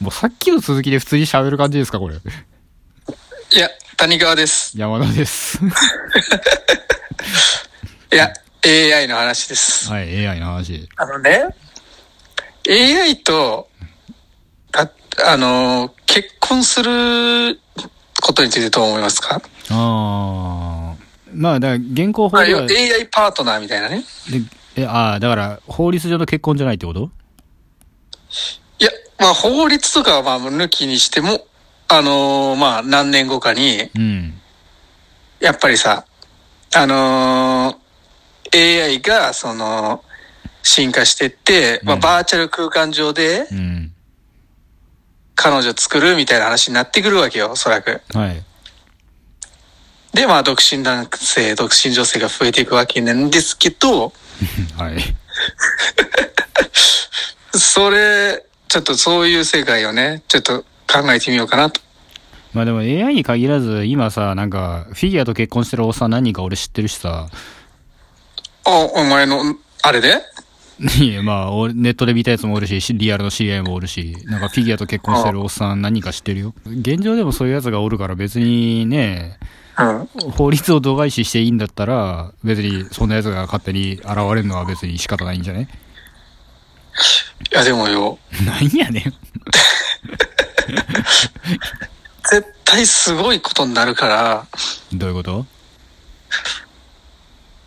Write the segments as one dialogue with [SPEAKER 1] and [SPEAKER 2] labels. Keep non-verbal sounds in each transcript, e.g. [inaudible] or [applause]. [SPEAKER 1] もうさっきの続きで普通に喋る感じですか、これ。 [laughs]
[SPEAKER 2] いや、谷川です。
[SPEAKER 1] 山田 [laughs] です。
[SPEAKER 2] いや、AI の話です。
[SPEAKER 1] はい、AI の話。
[SPEAKER 2] あのね、AI と、ああの、結婚することについてどう思いますか
[SPEAKER 1] ああ。まあ、だから、現行法
[SPEAKER 2] あ
[SPEAKER 1] で
[SPEAKER 2] 要
[SPEAKER 1] は、
[SPEAKER 2] は
[SPEAKER 1] で
[SPEAKER 2] AI パートナーみたいなね。
[SPEAKER 1] えああ、だから、法律上の結婚じゃないってこと
[SPEAKER 2] いや、まあ法律とかはまあ抜きにしても、あのーまあ何年後かに、
[SPEAKER 1] うん。
[SPEAKER 2] やっぱりさ、あのー AI がその、進化してって、まあ
[SPEAKER 1] うん
[SPEAKER 2] バーチャル空間上で
[SPEAKER 1] うん。
[SPEAKER 2] 彼女作るみたいな話になってくるわけよ、おそらく。
[SPEAKER 1] はい。
[SPEAKER 2] で、まあ独身男性、独身女性が増えていくわけなんですけど、
[SPEAKER 1] [laughs] はい。
[SPEAKER 2] それ、ちょっとそういう世界をね、ちょっと考えてみようかなと。
[SPEAKER 1] まあでも AI に限らず、今さ、なんか、フィギュアと結婚してるおっさん何人か俺知ってるしさ、 [laughs]
[SPEAKER 2] あ、お前の、あれで
[SPEAKER 1] いや、まあ、俺ネットで見たやつもおるし、しリアルの知り合いもおるし、なんかフィギュアと結婚してるおっさん何人か知ってるよ。現状でもそういうやつがおるから別にね、
[SPEAKER 2] うん。
[SPEAKER 1] 法律を度外視していいんだったら、別にそんなやつが勝手に現れるのは別に仕方ないんじゃね
[SPEAKER 2] いや、でもよ、
[SPEAKER 1] なんやねん。
[SPEAKER 2] 絶対すごいことになるから、
[SPEAKER 1] どういうこと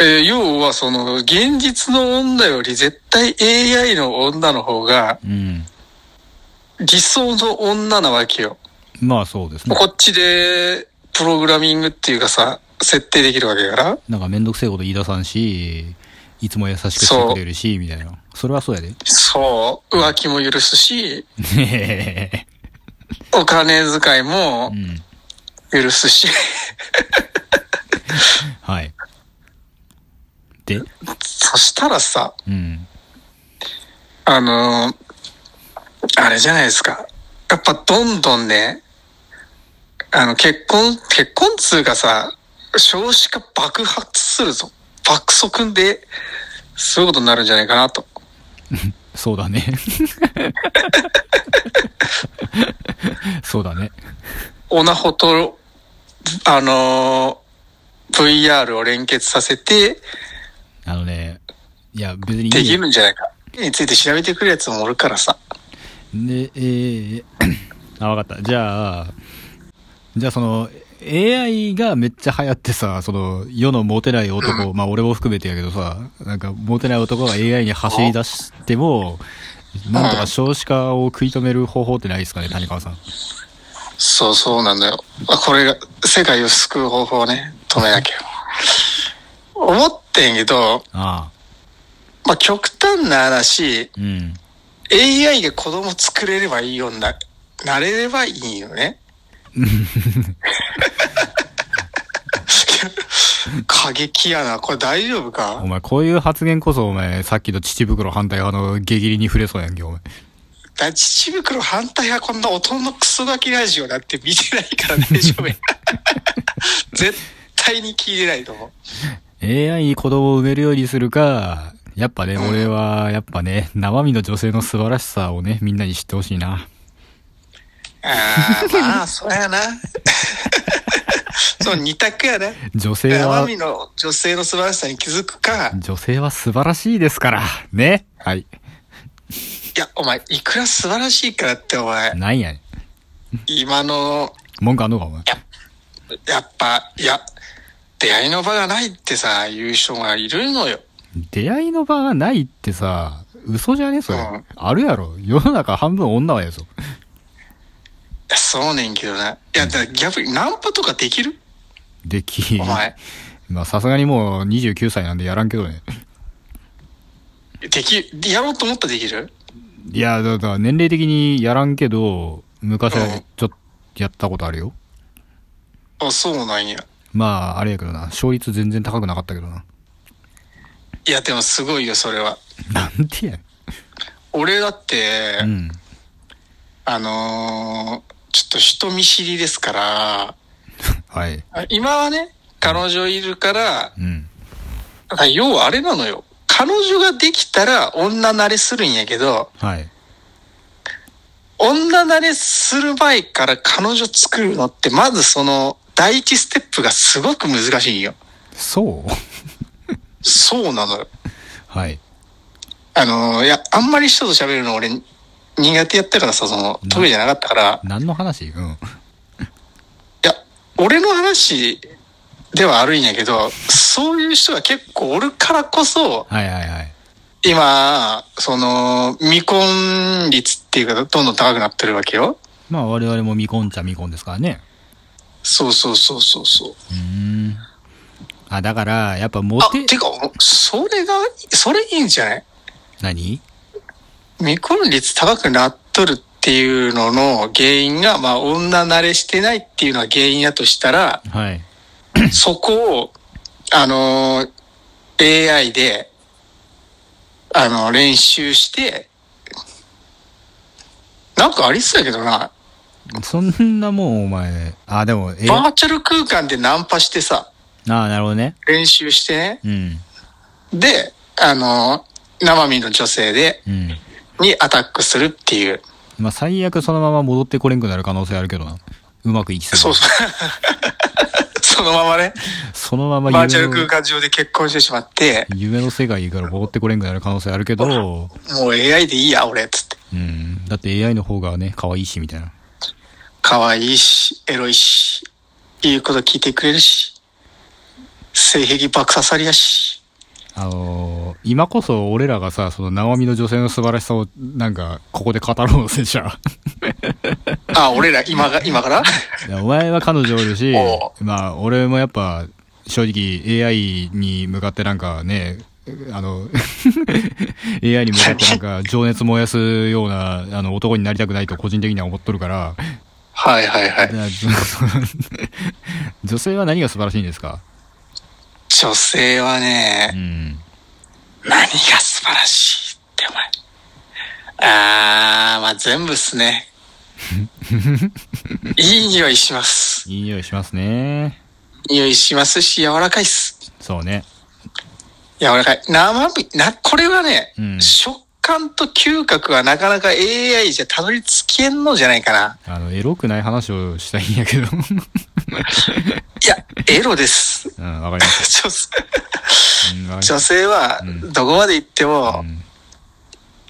[SPEAKER 2] えー要はその、現実の女より絶対 AI の女の方が、
[SPEAKER 1] うん。
[SPEAKER 2] 理想の女なわけよ。
[SPEAKER 1] まあそうですね。
[SPEAKER 2] こっちで、プログラミングっていうかさ、設定できるわけやから。
[SPEAKER 1] なんかめんどくせえこと言い出さんし、いつも優しくしてくれるし、みたいな。それはそうやで。
[SPEAKER 2] そう、浮気も許すし、
[SPEAKER 1] ね
[SPEAKER 2] お金遣い
[SPEAKER 1] え。う
[SPEAKER 2] も
[SPEAKER 1] ん。
[SPEAKER 2] 許すし、
[SPEAKER 1] はい。で、
[SPEAKER 2] そしたらさ、
[SPEAKER 1] うん。
[SPEAKER 2] あのーあれじゃないですか。やっぱどんどんね、あの、結婚、結婚っつうかさ、少子化爆発するぞ。爆速で、そういうことになるんじゃないかなと。
[SPEAKER 1] そう [laughs] だね。そうだね。
[SPEAKER 2] オナホと、あのー VR を連結させて、
[SPEAKER 1] あのね、いや、別にい
[SPEAKER 2] で
[SPEAKER 1] い
[SPEAKER 2] き
[SPEAKER 1] よ。
[SPEAKER 2] るんじゃないか。について調べてくるやつもおるからさ。
[SPEAKER 1] で、えー、 [coughs] あ、わかった。じゃあ、じゃあその、AI がめっちゃ流行ってさ、その、世のモテない男、まあ俺も含めてやけどさ、なんか、モテない男が AI に走り出しても、なんとか少子化を食い止める方法ってないですかね、谷川さん。
[SPEAKER 2] そうそうなんだよ。あこれが、世界を救う方法をね、止めなきゃ。思ってんけど、
[SPEAKER 1] ああ、
[SPEAKER 2] まあ、極端な話、
[SPEAKER 1] うん。
[SPEAKER 2] AI が子供作れればいいような、なれればいいよね。過激やな。これ大丈夫
[SPEAKER 1] お
[SPEAKER 2] か
[SPEAKER 1] 前、こういう発言こそ、お前、さっきの乳袋反対派の下切りに触れそうやんけ、お前。
[SPEAKER 2] だ父袋反対はこんな大人のクソガキラジオだって見てないから大丈夫や。絶対に聞いてないと思う。
[SPEAKER 1] AI に子供を産めるようにするか、やっぱね、俺は、やっぱね、生身の女性の素晴らしさをね、みんなに知ってほしいな。
[SPEAKER 2] ああ、まあ、そうやな。 [laughs] そう、二択やな。
[SPEAKER 1] 女性
[SPEAKER 2] 生
[SPEAKER 1] は
[SPEAKER 2] 身、の女性の素晴らしさに気づくか、
[SPEAKER 1] 女性は素晴らしいですから。ね。はい。
[SPEAKER 2] いや、お前、いくら素晴らしいからって、お前、
[SPEAKER 1] なんやねん。
[SPEAKER 2] 今の、
[SPEAKER 1] 文句あんのか、お前。
[SPEAKER 2] やっぱ、いや、出会いの場がないってさ、言う人がいるのよ。
[SPEAKER 1] 出会いの場がないってさ、嘘じゃねそれ
[SPEAKER 2] うん。
[SPEAKER 1] あるやろ。世の中半分女はやぞ。
[SPEAKER 2] いやそうねんけどな。いや、だから逆にナンパとかできる
[SPEAKER 1] でき
[SPEAKER 2] お、前、
[SPEAKER 1] まあさすがにもう29歳なんでやらんけどね。
[SPEAKER 2] でき、やろうと思ったらできる
[SPEAKER 1] いや、だから年齢的にやらんけど、昔はちょっとやったことあるよ。
[SPEAKER 2] あ、そうなんや。
[SPEAKER 1] まあ、あれやけどな。勝率全然高くなかったけどな。
[SPEAKER 2] いや、でもすごいよ、それは。
[SPEAKER 1] なんてやね
[SPEAKER 2] 俺だって、
[SPEAKER 1] ん。うん。
[SPEAKER 2] あのーちょっと人見知りですから、
[SPEAKER 1] はい。
[SPEAKER 2] あ今はね、彼女いるから、
[SPEAKER 1] うん。
[SPEAKER 2] だから要はあれなのよ。彼女ができたら女慣れするんやけど、
[SPEAKER 1] はい。
[SPEAKER 2] 女慣れする前から彼女作るのって、まずその、第一ステップがすごく難しいんよ。
[SPEAKER 1] そう
[SPEAKER 2] そうなのよ。
[SPEAKER 1] はい。
[SPEAKER 2] あの、いや、あんまり人と喋るの俺、苦手やったからさ、その、得意じゃなかったから、
[SPEAKER 1] 何の話うん。
[SPEAKER 2] いや、俺の話ではあるんやけど、そういう人が結構おるからこそ、
[SPEAKER 1] はいはいはい。
[SPEAKER 2] 今、その、未婚率っていうか、どんどん高くなってるわけよ。
[SPEAKER 1] まあ我々も未婚っちゃ未婚ですからね。
[SPEAKER 2] そうそうそうそうそう。
[SPEAKER 1] うーん。あ、だから、やっぱモ
[SPEAKER 2] あ、
[SPEAKER 1] テ、
[SPEAKER 2] てか、それが、それいいんじゃない
[SPEAKER 1] 何
[SPEAKER 2] 未婚率高くなっとるっていうのの原因が、まあ、女慣れしてないっていうのが原因やとしたら、
[SPEAKER 1] はい。
[SPEAKER 2] そこを、あのー AI で、あの、練習して、なんかありそうやけどな、
[SPEAKER 1] そんなもんお前、あ、でも、え、
[SPEAKER 2] バ
[SPEAKER 1] あ
[SPEAKER 2] ーチャル空間でナンパしてさ、
[SPEAKER 1] あ、なるほどね。
[SPEAKER 2] 練習してね、
[SPEAKER 1] うん。
[SPEAKER 2] で、あのー生身の女性で、
[SPEAKER 1] うん。
[SPEAKER 2] にアタックするっていう。
[SPEAKER 1] まあ最悪そのまま戻ってこれんくなる可能性あるけどな。うまくいきそう
[SPEAKER 2] そう
[SPEAKER 1] だ。
[SPEAKER 2] そう。 [laughs] そのままね、
[SPEAKER 1] そのまま
[SPEAKER 2] バーチャル空
[SPEAKER 1] 夢の
[SPEAKER 2] 間上で結婚してしまって、
[SPEAKER 1] 夢の世界から戻ってこれんくなる可能性あるけど、
[SPEAKER 2] もう AI でいいや、俺、つって。
[SPEAKER 1] うん。だって AI の方がね、可愛いし、みたいな。
[SPEAKER 2] 可愛いし、エロいし、言うこと聞いてくれるし、性癖爆刺さりやし。
[SPEAKER 1] あのー今こそ俺らがさ、その、ナオミの女性の素晴らしさを、なんか、ここで語ろうぜ、じゃあ。
[SPEAKER 2] あ、俺ら、今が、今から
[SPEAKER 1] い [laughs] やお前は彼女おるし
[SPEAKER 2] お、
[SPEAKER 1] まあ、俺もやっぱ、正直 AI に向かってなんかね、あの、AI に向かってなん [laughs] か情熱燃やすような、あの、男になりたくないと個人的には思っとるから、
[SPEAKER 2] [laughs]
[SPEAKER 1] [laughs]
[SPEAKER 2] はいはいは
[SPEAKER 1] だ
[SPEAKER 2] い。
[SPEAKER 1] からその女性は何が素晴らしいんですか
[SPEAKER 2] 女性は
[SPEAKER 1] う
[SPEAKER 2] ね、
[SPEAKER 1] ん。
[SPEAKER 2] 何が素晴らしいって、お前。あー、まあ全部っす [laughs] ね。いい匂いします。
[SPEAKER 1] いい匂いしますね。
[SPEAKER 2] 匂いしますし、柔らかいっす。
[SPEAKER 1] そうね。
[SPEAKER 2] 柔らかい。生び、な、これはね、
[SPEAKER 1] うん
[SPEAKER 2] 食感と嗅覚はなかなか AI じゃたどり着けんのじゃないかな。
[SPEAKER 1] あの、エロくない話をしたいんやけど。 [laughs]
[SPEAKER 2] いや、エロです。 [laughs]
[SPEAKER 1] うん、わかります。
[SPEAKER 2] 女性
[SPEAKER 1] うん、わかりま
[SPEAKER 2] 女
[SPEAKER 1] す。
[SPEAKER 2] 性は
[SPEAKER 1] うん、
[SPEAKER 2] どこまで行っても、
[SPEAKER 1] うん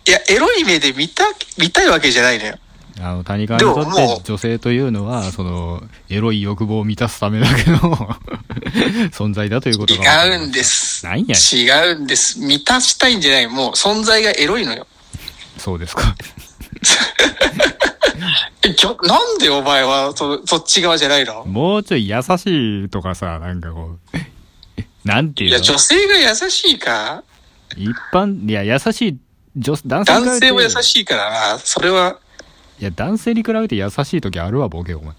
[SPEAKER 2] いや、エロい目で見た、見たいわけじゃないのよ。
[SPEAKER 1] あの、谷川にとっ
[SPEAKER 2] でもも
[SPEAKER 1] て
[SPEAKER 2] う
[SPEAKER 1] 女性というのは、その、エロい欲望を満たすためだけの [laughs] 存在だということが分かりました。
[SPEAKER 2] 違うんです。
[SPEAKER 1] なんや
[SPEAKER 2] 違うんです。満たしたいんじゃない。もう存在がエロいのよ。
[SPEAKER 1] そうですか。
[SPEAKER 2] え、ぎょなんでお前はそ、そっち側じゃないの
[SPEAKER 1] もうちょい優しいとかさ、なんかこう、なんて
[SPEAKER 2] い
[SPEAKER 1] いう
[SPEAKER 2] や、
[SPEAKER 1] の
[SPEAKER 2] 女性が優しいか
[SPEAKER 1] 一般、いや、優しい、女男性に比べて
[SPEAKER 2] 男性も優しいからな。それは、
[SPEAKER 1] いや、男性に比べて優しい時あるわ、ボケ、お前。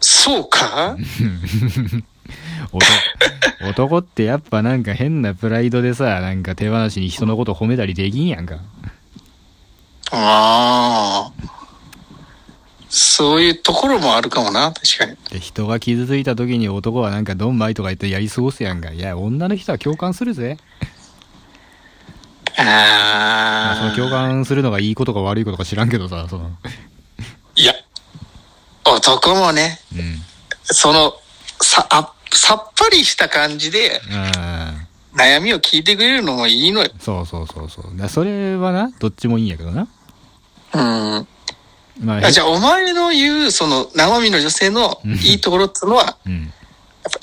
[SPEAKER 2] そうか
[SPEAKER 1] 男男ってやっぱなんか変なプライドでさ、なんか手放しに人のこと褒めたりできんやんか。
[SPEAKER 2] ああ。そういうところもあるかもな、確かに。
[SPEAKER 1] で人が傷ついた時に男はなんかドンマイとか言ってやり過ごすやんか。いや、女の人は共感するぜ。まあそ
[SPEAKER 2] あ
[SPEAKER 1] の
[SPEAKER 2] あ。
[SPEAKER 1] 共感するのがいいことか悪いことか知らんけどさ、その。
[SPEAKER 2] いや、男もね、
[SPEAKER 1] うん。
[SPEAKER 2] その、さ、あさっぱりした感じで
[SPEAKER 1] あ
[SPEAKER 2] 悩みを聞いてくれるのもいいのよ。
[SPEAKER 1] ーそうそうそうそう。だからそれはな、どっちもいいんやけどな。
[SPEAKER 2] うん。
[SPEAKER 1] まあ、
[SPEAKER 2] あじゃあ、お前の言う、その、生身の女性の
[SPEAKER 1] うん
[SPEAKER 2] いいところっていうのは、
[SPEAKER 1] うん。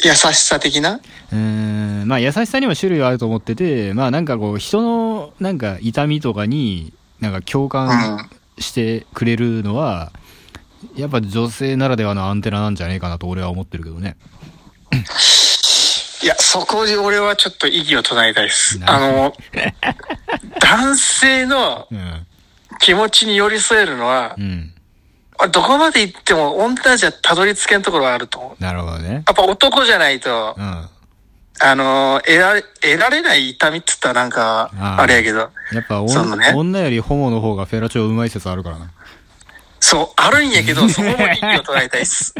[SPEAKER 2] やっぱ優しさ的な
[SPEAKER 1] うーんまあ優しさにも種類はあると思ってて、まあなんかこう人のなんか痛みとかになんか共感してくれるのは、やっぱ女性ならではのアンテナなんじゃねえかなと俺は思ってるけどね。
[SPEAKER 2] いや、そこで俺はちょっと異議を唱えたいです。
[SPEAKER 1] な
[SPEAKER 2] あの、男性の
[SPEAKER 1] うん。
[SPEAKER 2] 気持ちに寄り添えるのは
[SPEAKER 1] う、ん。
[SPEAKER 2] どこまで行っても女じゃたどり着けんところはあると思う。
[SPEAKER 1] なるほどね。
[SPEAKER 2] やっぱ男じゃないと
[SPEAKER 1] う、ん。
[SPEAKER 2] あの、得られ、得られない痛みって言ったらなんか、
[SPEAKER 1] あー
[SPEAKER 2] あれやけど、
[SPEAKER 1] やっぱおん
[SPEAKER 2] そのね
[SPEAKER 1] 女よりホモの方がフェラチョうまい説あるからな。
[SPEAKER 2] そう、あるんや
[SPEAKER 1] [laughs]
[SPEAKER 2] けど、そこも異議を捉えたいっす。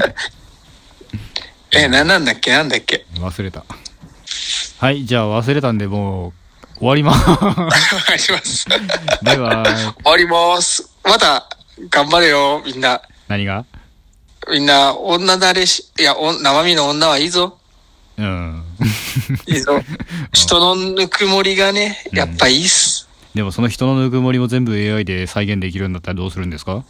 [SPEAKER 2] [laughs] え、なんなんだっけなんだっけ
[SPEAKER 1] 忘れた。はい、じゃあ忘れたんでもう、終わります。
[SPEAKER 2] [laughs] わかります。終
[SPEAKER 1] では、
[SPEAKER 2] わります。また、頑張れよ、みんな。
[SPEAKER 1] 何が
[SPEAKER 2] みんな、女慣れし、いや、お生身の女はいいぞ。
[SPEAKER 1] うん。
[SPEAKER 2] いい
[SPEAKER 1] [laughs]
[SPEAKER 2] ぞ。人のぬくもりがね、やっぱいいっす。
[SPEAKER 1] でもその人のぬくもりも全部 AI で再現できるんだったらどうするんですか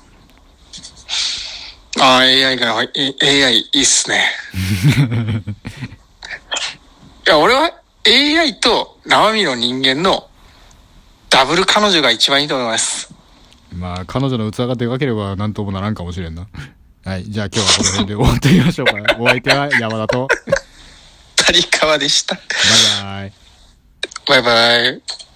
[SPEAKER 2] ああ、AI が、い AI いいっすね。いや、俺は AI と生身の人間のダブル彼女が一番いいと思います。
[SPEAKER 1] まあ、彼女の器がでかければ何ともならんかもしれんな。はい、じゃあ今日はこの辺で終わってみましょうか。お相手は山田と、
[SPEAKER 2] 谷川でした。
[SPEAKER 1] バイバイ。
[SPEAKER 2] バイバイ。